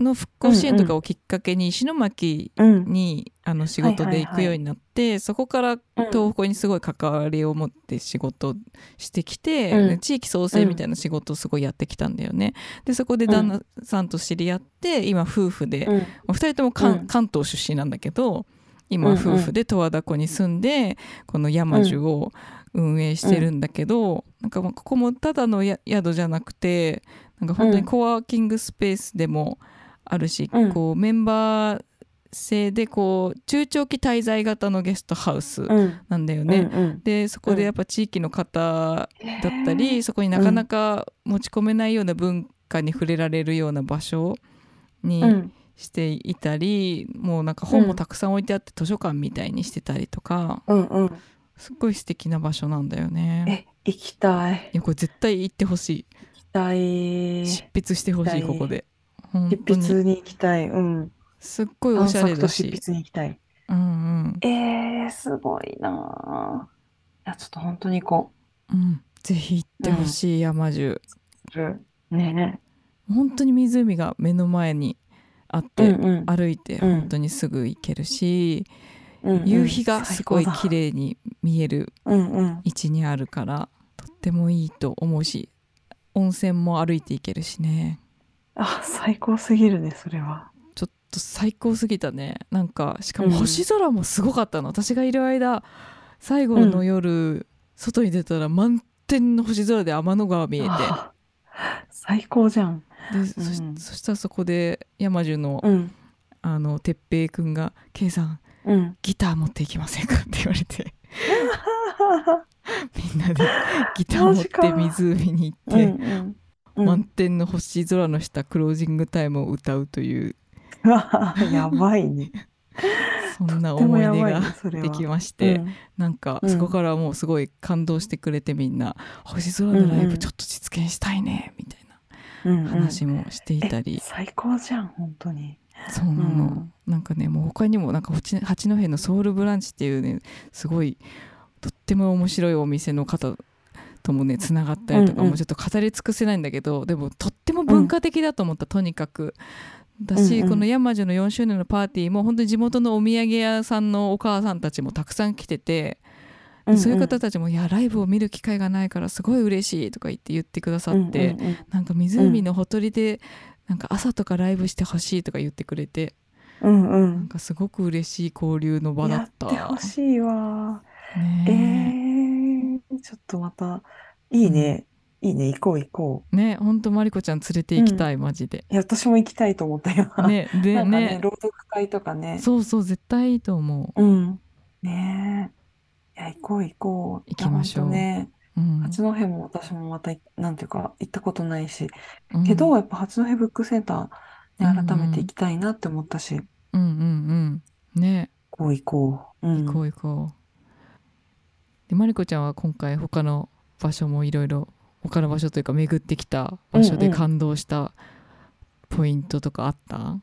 の復興支援とかをきっかけに石巻うん。にあの仕事で行くようになって、そこから東北にすごい関わりを持って仕事してきて、うんで地域創生みたいな仕事をすごいやってきたんだよね。でそこで旦那さんと知り合って今夫婦でうんお二人とも関,、うん関東出身なんだけど今うんうん夫婦で十和田湖に住んでこの山樹を運営してるんだけど、なんかまあここもただのや宿じゃなくてなんか本当にコワーキングスペースでもあるし、うんこうメンバー制でこう中長期滞在型のゲストハウスうん。なんだよね。ね。でそこでやっぱ地域の方だったり、そこになかなか持ち込めないような文化に触れられるような場所に、うん。していたりもうなんか本もたくさん置いてあって図書館みたいにしてたりとか、うんうん。すっごい素敵な場所なんだよね。え、行きたい。いやこれ絶対行ってほし行きたい。い執執筆してほしい行きたいここで本当に筆に行きたい。うん。すっごいおしゃれ探索とだ執し、筆に行きたい。うんえー、すごいなぁ。いや、ちょっと本当に行こうんうん、ぜひ行ってほしい山中、う。ね本当に湖が目の前にあっえ。て、うんうん歩いてうん本当にすぐ行けるし、うんうん夕日がすごい最高だ綺麗に見えるうんうん。位置にあるからとってもいいと思うし温泉も歩いていけるしねあ、最高すぎるね、それは。ちょっと最高すぎたねなんかしかうもん星空もすごかったの、私がいる間最後の夜、外に出たら満天の星空で天の川見えてあ最高じゃん。でそ,、うんそしたらそこで山中の,、うん。あの哲平君が「K さんうん。ギター持っていきませんか?」って言われて みんなでギター持って湖に行っうんて、うんうん満天の星空の下クロージングタイムを歌うといううわ やばいね。そんなとて も思いや出ばいがね、それは。できましうて、んなんかうんそこからもうすごい感動してくれてみんな「星空のライうんうブんちょっと実現したいね」みたいなうんうん話もしていたえり、最高じゃん、本当に。そうなの、なんかねもう他にもなんか八八戸のソウルブランチっていうねすごいとっても面白いお店の方ともねつながったりとかうんうんもうちょっと語り尽くせないんだけど、でもとっても文化的だと思った、とにかく。だし、うんうんこの山女の4周年のパーティーも本当に地元のお土産屋さんのお母さんたちもたくさん来てて、でそういう方たちも「いやライブを見る機会がないからすごい嬉しい」とか言って言ってくださって、うんうんなんか湖のほとりで、なんか朝とかライブしてほしいとか言ってくれてうんうなんんかすごく嬉しい交流のう場ん。だやっ。ったてほしいわ。えねー、ちょっとまた、いいね、いいね、行こう行こえね本当マリコちゃん連れて行きたい、マジで。う。いや、私も行きたいと思ったよ。ねなでんかねね、朗読会とかね。そうそう絶対いいと思うん。ねえ。いや、行こう行こう。行きましょういや本う。うん当ね、八戸も私もまた、なんていうか、行ったことないし、うんけど、やっぱ八戸ブックセンターうんうね、ん改めて行きたいなって思ったし、うんうんうんねこう行こう。うん。行こう行こう。でマリコちゃんは今回他の場所もいろいろ他の場所というか巡ってきた場所でうんうん感動したポイントとかあった？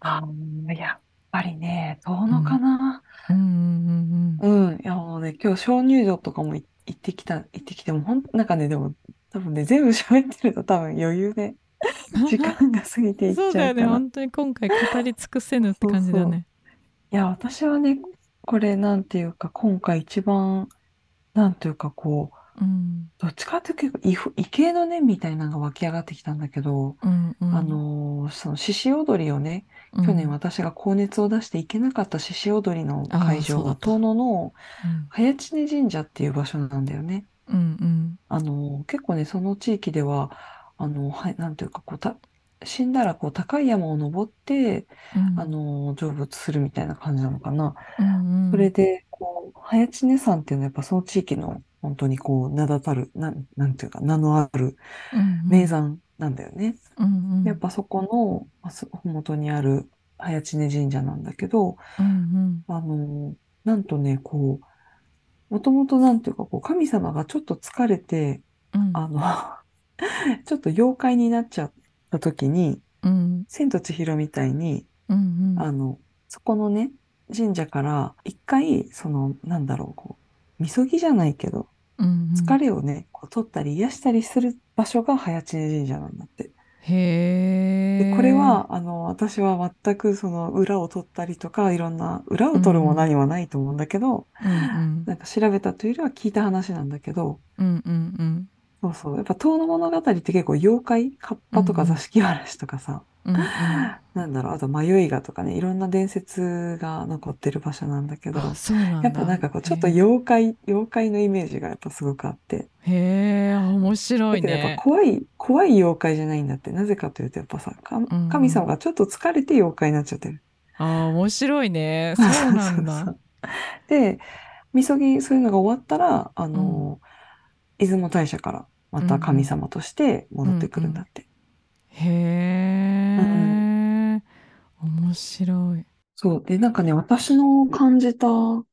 あーやっぱりね、遠野かな。うんうんうん。いや、もうね、今日鍾乳洞とかもい行ってきた、行ってきても、ほん、なんかね、でも、多分ね、全部喋ってると多分余裕 でうんうん。時間が過ぎていっ そうちゃだうよねから。本当に今回語り尽くせぬって感じだね。いや、私はね、これなんていうか、今回一番、なんていうかこう、うんどっちかっていうと結構異、異形のね、みたいなのが湧き上がってきたんだけど、うんうん、あのーその獅子踊りをね、うん去年、私が高熱を出して行けなかった獅子踊りのあー会場そうだがった遠野のうん早知根神社っていう場所なんだよね。うんあのー結構ね、その地域では、あのーはい、なんていうかこう、た、死んだらこう高い山を登って、うん、あのー成仏するみたいな感じなのかな。うんうん、それで、こう、早知根山っていうのはやっぱその地域の本当にこう、名だたる、なん、なんていうか、名のある名山なんだよね。うんうん、やっぱそこの、まあ、そ麓にある早知根神社なんだけど、うんあの、なんとね、こう、もともとなんていうか、こう、神様がちょっと疲れて、うんうん、あの、 ちょっと妖怪になっちゃった時に、うん千と千尋みたいに、うんうん、あの、そこのね、神社から一回、その、なんだろう、こう、みそぎじゃないけど、うんうん、疲れをね、こう取ったり癒したりする場所が早知根神社なんだって。へで、えこれは、あの、私は全くその裏を取ったりとか、いろんな、裏を取るも何もないと思うんだけど、うんなんか調べたというよりは聞いた話なんだけど、うんうんうんうんそうそう、やっぱ遠野物語って結構妖怪、カッパとうかんうん座敷わらしとかさ、 うんうん、なんだろう、あと迷いがとかね、いろんな伝説が残ってる場所なんだけど、あそうなんだやっぱなんかこう、ちょっとへ妖怪、妖怪のイメージがやっぱすごくあって。え面白だいけどやっねぱ怖い、怖い妖怪じゃないんだって。なぜかというと、やっぱさ、かん神様がちょっと疲れて妖怪になっちゃってる。あー面白いねそうなん そうそだうで、みそぎ、そういうのが終わったら、あの、出雲大社からまた神様として戻ってくるんだって。へえ、面白いそう。で、なんかね、私の感じたこ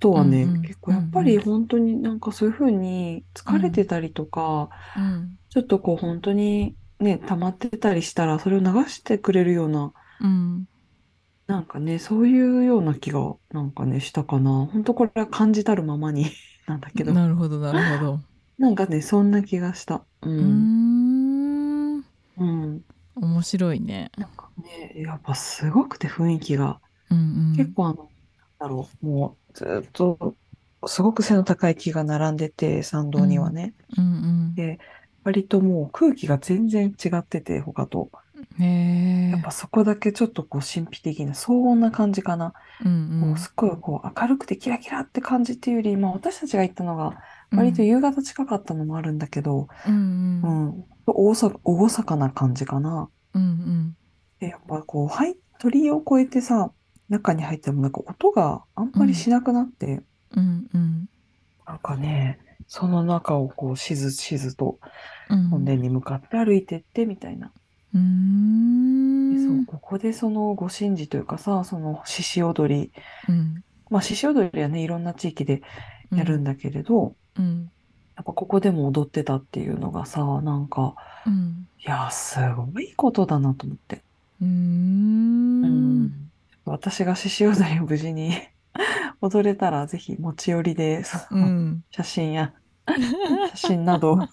とはね、うんうん結構やっぱりうんうん本当になんかそういうふうに疲れてたりとか、うんちょっとこう本当にね、溜まってたりしたらそれを流してくれるような、うんなんかね、そういうような気がなんかね、したかな。本当これは感じたるままに なんだけど、なるほどなるほどなんかね、そんな気がした。ううーん。んうん。面白いねなんかね、やっぱすごくて雰囲気が。うんうん結構あの、なんだろう、もうずっと、すごく背の高い木が並んでて、参道にはね、うんで割ともう空気が全然違ってて、他と。うんへやっえぱそこだけちょっとこう神秘的な、荘厳な感じかな。うんうこんうすっごいこう明るくてキラキラって感じっていうより、まあ私たちが行ったのが割と夕方近かったのもあるんだけど、うんううんん、大さ、厳かな感じかな。うんでやっぱこう、はい、鳥を越えてさ、中に入ってもなんか音があんまりしなくなって、うんうんなんかね、その中をこう、しずしずとうん本殿に向かって歩いてってみたいな。うーんでそう、ここでそのご神事というかさ、その獅子踊り。うんまあ、獅子踊りはね、いろんな地域でやるんだけれど、うんやっぱここでも踊ってたっていうのがさ、なんか、うんいや、すごいことだなと思って。うーん私が獅子踊りを無事に 踊れたら、ぜひ持ち寄りで、そのうん写真や、写真など、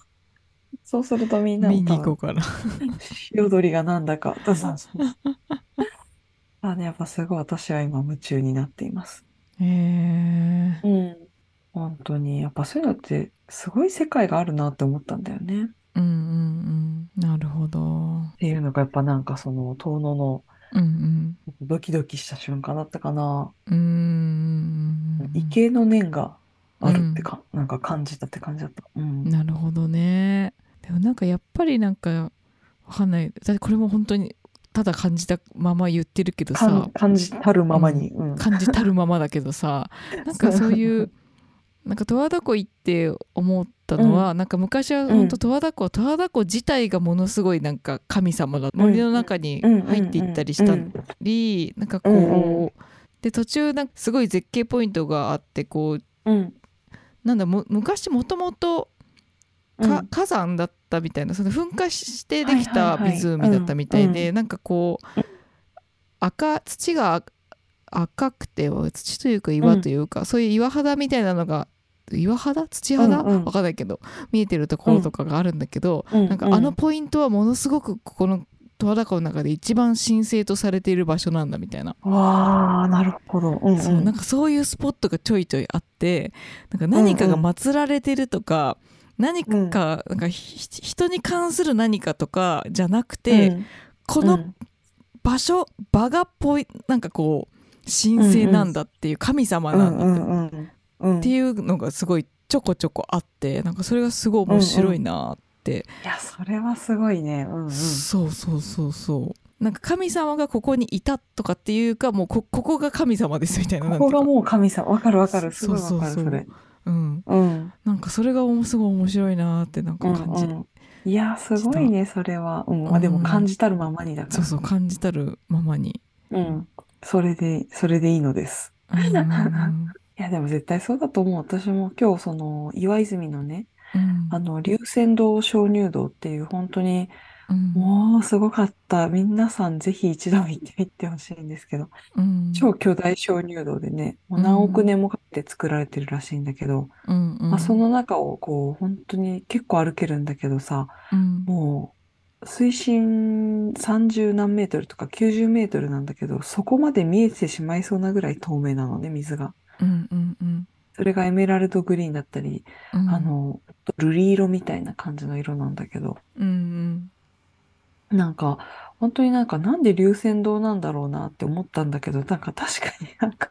そうするとみんなも見に多行こうかな分獅子踊りがなんだか、そう そうそうあね、やっぱすごい私は今夢中になっています。へえうん。本当に、やっぱそういうのって、すごい世界があるなって思ったんだよね。うんうんうんなるほどうんっていうのが、やっぱなんかその、遠野の、うんドキドキした瞬間だったかな。うーん畏敬の念があるってか、なんか感じたって感じだった。うん。なるほどねでもなんかやっぱりなんかわかんないだってこれも本当にただ感じたまま言ってるけどかんさ感じたるままに。うん。感じたるままだけど さなんかそういうなんか十和田湖行って思ったのは、なんか昔は本当十和田湖十和田湖自体がものすごいなんか神様だ、ん森の中にうん入っていったりしたうんり、なんかこう、うんで途中なんかすごい絶景ポイントがあってこううん。なんだも昔もともとうんか火山だったみたいなその噴火してできはたいはいはい湖だったみたいうんでなんかこう赤土が赤くて土というか岩というか、そういう岩肌みたいなのが岩肌土肌、うんうんわかんないけど見えてるところとかがあるんだけど、うん。なんかあのポイントはものすごくここの十和田湖の中で一番神聖とされている場所なんだみたいなうん。わあ、なるほど。うん、うん。そうなんかそういうスポットがちょいちょいあってなんか何かが祀られてるとか、何かなんかひひ人に関する何かとかじゃなくて、うん、この場所場がぽいなんかこう神聖なんだっていう、神様う、なんんうだって,、ん、っうん。うん。ていいうのがすごいちょこちょこあってなんかそれがすごい面白いなって、や、それはすごいね。うん、うん。そうそうそうそうなんか神様がここにいたとかっていうかもうこここが神様ですみたいなここがなんていうもう神様。わかるわかる。すごいわかそうる、そうそうそれ。かうんうん。なんかそれがおもすごい面白いなーってなんか感じ、うん、うん。いや、すごいね、それは。うん。まあ、でも感じたるままにだから。そうそう感じたるまま に。うん。それで、それでいいのです。うんうんうんいや、でも絶対そうだと思う。私も今日、その、岩泉のね、うんあの、龍泉洞鍾乳洞っていう、本当に、うんもうすごかった。皆さん、ぜひ一度行ってみてほしいんですけど、うん超巨大鍾乳洞でね、もう何億年もかけて作られてるらしいんだけど、うんうんまあ、その中を、こう、本当に結構歩けるんだけどさ、うんもう、水深30何メートルとか90メートルなんだけど、そこまで見えてしまいそうなぐらい透明なのね、水が。うんうんうんそれがエメラルドグリーンだったり、うんあの、瑠璃色みたいな感じの色なんだけど、うんなんか、本当になんかなんで龍泉洞なんだろうなって思ったんだけど、なんか確かになんか、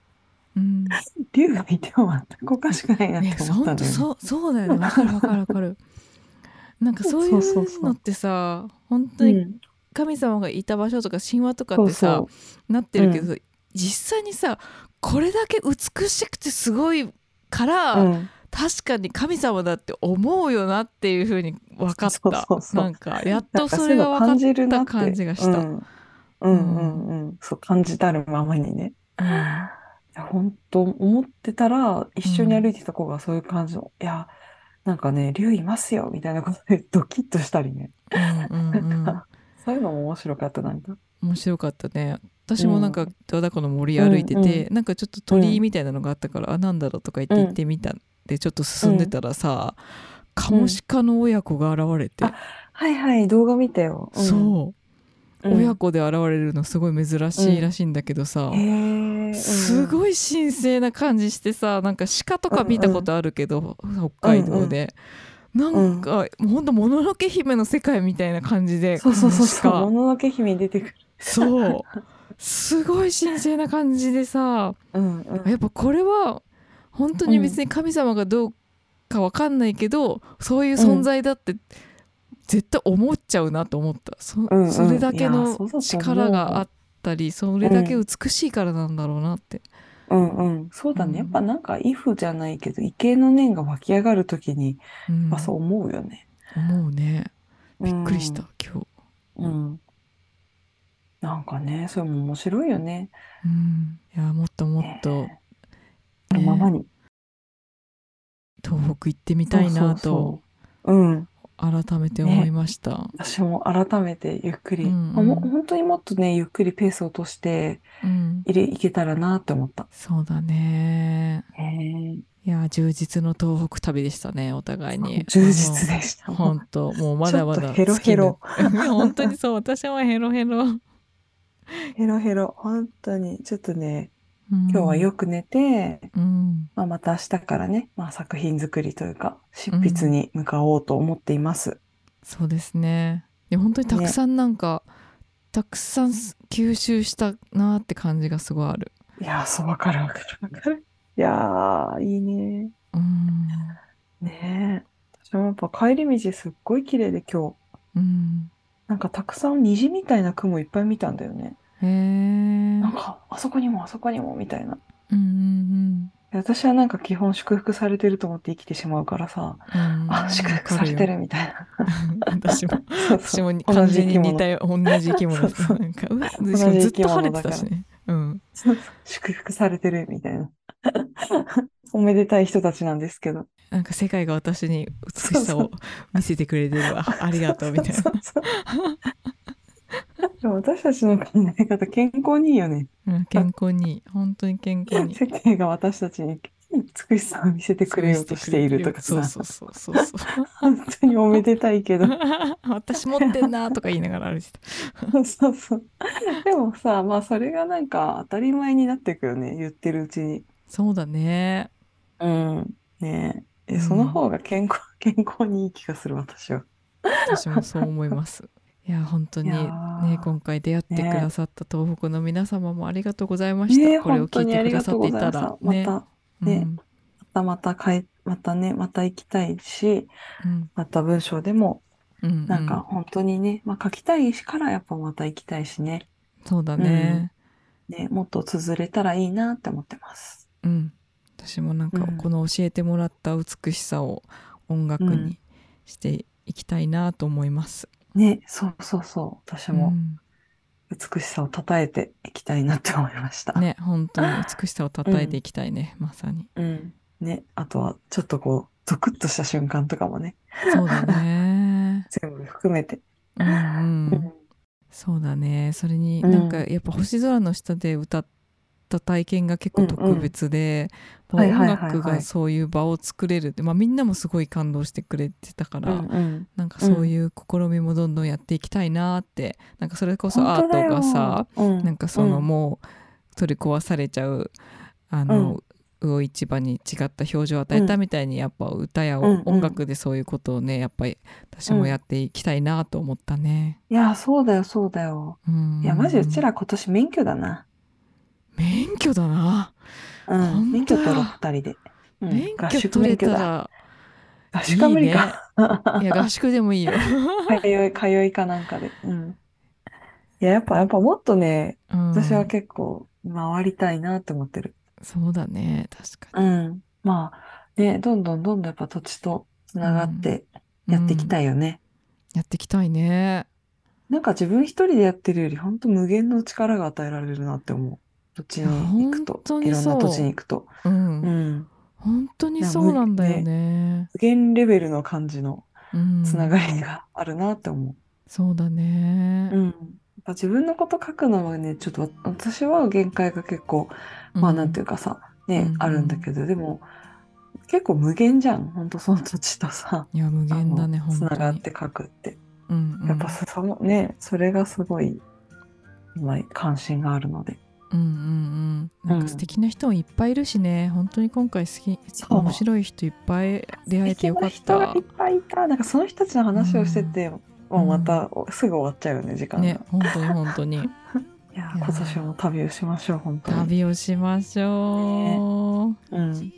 うんうん龍がいても全くおかしくないなっねて思っほたんんとだよね。そうそうだよねわかるわかるわかる。 なんかそういそうそうそううのってさ本当うにん、神様がいた場所とか神話とかそっうてさそう。なってるけど、実際にさこれだけ美しくてすごいから、うん、確かに神様だって思うよなっていうふうに分かったそうそうそうなんかやっなとんかそそういれうが分かの感っじるなたって。感じがしたうん、うん、うん、うん。そう、感じたるままにね。た、いや本当思ってたら、一緒に歩いてた子がそういう感じの、いや、なんかね、龍いますよ、みたいなことで ドキッとしたりね。うんうんうんなんかそういうのも面白かったな、みたいな。面白かったね私もなんうかん十和田湖の森歩いてて、うなんかちょっと鳥居みたいなのがあったから、あなんだろうとか言って行ってみたんでちょっと進んでたらさ、カモシカの親子が現れて、あはいはい、動画見たよ。うんそう、うん親子で現れるのすごい珍しいらしいんだけどさ、へえ、すい。ごい神聖な感じしてさなんか鹿とか見たことあるけど、北海道で、なんか、もうほんともののけ姫の世界みたいな感じでそうそうそうそう。このも鹿ののけ姫に出てくる。そうすごい神聖な感じでさうんうん。やっぱこれは本当に別に神様がどうかわかんないけど、そういう存在だって絶対思っちゃうなと思ったそ,、んうんそれだけいやのそうだと思う力があったりそれだけ美しいからなんだろうなってうんうん。そうだね。やっぱなんか、イフじゃないけど、異形の念が湧き上がるときに、うんまあそう思うよね。思うねびっくりした、うん。今日、うん。なんかね、それも面白いよね。うん、いやもっともっと、ねのままに。東北行ってみたいなとそうそうそう。うん。改めて思いました、私も改めてゆっくり、うんうんあも本当にもっとね、ゆっくりペースを落として、うん、いれ、いけたらなって思った。そうだねへえ。いや充実の東北旅でしたねお互いに充実でした。あの本当もうまだまちょだっとヘロヘロ尽きぬ 本当にそう私もヘロヘロ、うんヘロヘロ。本当に。ちょっとね、今日はよく寝て、うんまあ、また明日からね、まあ、作品作りというか、執筆に向かおうと思っています。そうですねで本当にたくさんなんか、たくさんす吸収したなーって感じがすごいあるいやー、そう、わかるわかるわかる。いやー、いいね。うん、ねえ。私もやっぱ帰り道すっごい綺麗で今日、うん、なんかたくさん虹みたいな雲いっぱい見たんだよね。へえなんか、あそこにもあそこにもみたいな。うんうんで私はなんか基本祝福されてると思って生きてしまうからさ、うんうんあ、祝福されてるみたいな。私 もそう私そう。も完全に同じ生き物似たよ同じ生き物そうそうなんか同うじしかもずっ生きと晴物れてだたからしねうんそうそう祝福されてるみたいな。 おめでたい人たちなんですけど。なんか世界が私に美しさを見せてくれてる わありがとうみたいそうそうそう。でも私たちの考え方、健康にいいよね。なうん健康に本当に健康に世界が私たちに美しさを見せてくれようとしているとかそうさ、そうそうそうそう 本当におめでたいけど。私持ってんなとか言いながら歩いてたそうそう。でもさ、まあそれがなんか当たり前になってくよね、言ってるうちに。そうだねうん。ねうえ。えんその方が健康、健康にいい気がする、私は。私もそう思いますいや本当にいやねー今回出会ってくねださった東北の皆様もありがとうございました、ねえ、これを本当聞いにてあくりだがさとうってごいざいたました。らまねた、うねんまたまた帰、またね、また行きたいし、うんまた文章でも、ううなんか本当にね、まあ書きたいからやっぱまた行きたいしね。そうだね、ね、もっと綴れたらいいなって思ってます。うん私もなんかうんこの教えてもらった美しさを音楽にしていきたいなと思います、ね、そうそうそう。私うもん美しさを称えていきたいなって思いました。ね本当に美しさをたたえていきたいね、まさにうん。ね、あとはちょっとこう、ゾクッとした瞬間とかもね、そうだ ね全部含めて。うんうん、うんそうだねそれにうんなんかやっぱ星空の下で歌った体験が結構特別で、うんうんやっぱはいは音いはいはい楽がそういう場を作れるって、まあ、みんなもすごい感動してくれてたから、うんうんなんかそういう試みもどんどんやっていきたいなって、なんかそれこそアー本当だトよがさ、うんなんかそのうんもう取り壊されちゃうあの、魚市場に違った表情を与えたみたいにやっぱ歌やうんうん音楽でそういうことをねやっぱり私もやっていきたいなと思ったね。いや、そうだよ、そうだよ。うんいや、マジうちら今年免許だな。免許だな、う本当だん。免許取ろう、二人で。うん免合許宿取れ免た許だ。ら合宿か無理か。い や合宿でもいいよ。通い、通いかなんかで。うん。いや、やっぱ、やっぱもっとね、 うん私は結構回りたいなって思ってる。そうだね確かうん。まあ、ね、どんどんどんどんやっぱ土地とつながってにやっていきい、たいよね。うんやっていきたいね。なんか自分一人でやってるより本当無限の力が与えられるなって思う。土地に行くいや本と、当いにろんそうな土地に行くと。うんうん。本当にそうなんだよね。無限レベルの感じのうん、つながりがあるなって思そうだねう。。うん。やっぱ自分のこと書くのはね、ちょっとわ私は限界が結構、まあなんていううかさ、うんねう、んあるんだけど、でも結構無限じゃん。本当その土地とさ。ん。いや無限だねあの本つ当に。ながって書くって。うんうん、やっぱそのね、それがすごい、今、関心があるので。うんうんうん。なんうかん素敵な人もいっぱいいるしね。本当に今回好きそう面白い人いっぱい出会えてよかっ人がたいっ。ぱいいた。なんかその人たちの話をしてて、もうまたすぐ終わっちゃうよね、時間が。ね本当に本当にいやいやー、今年も旅をしましょう、本当に。旅をしましょう。うん。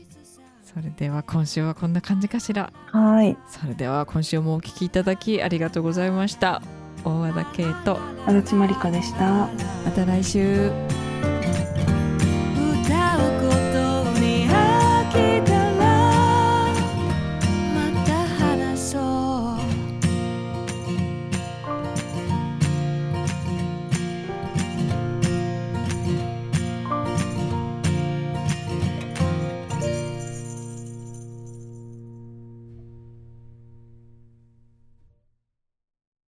それでは今週はこんな感じかしら。はい。それでは今週もお聞きいただきありがとうございました。大和田圭と足立まりかでした。また来週。 「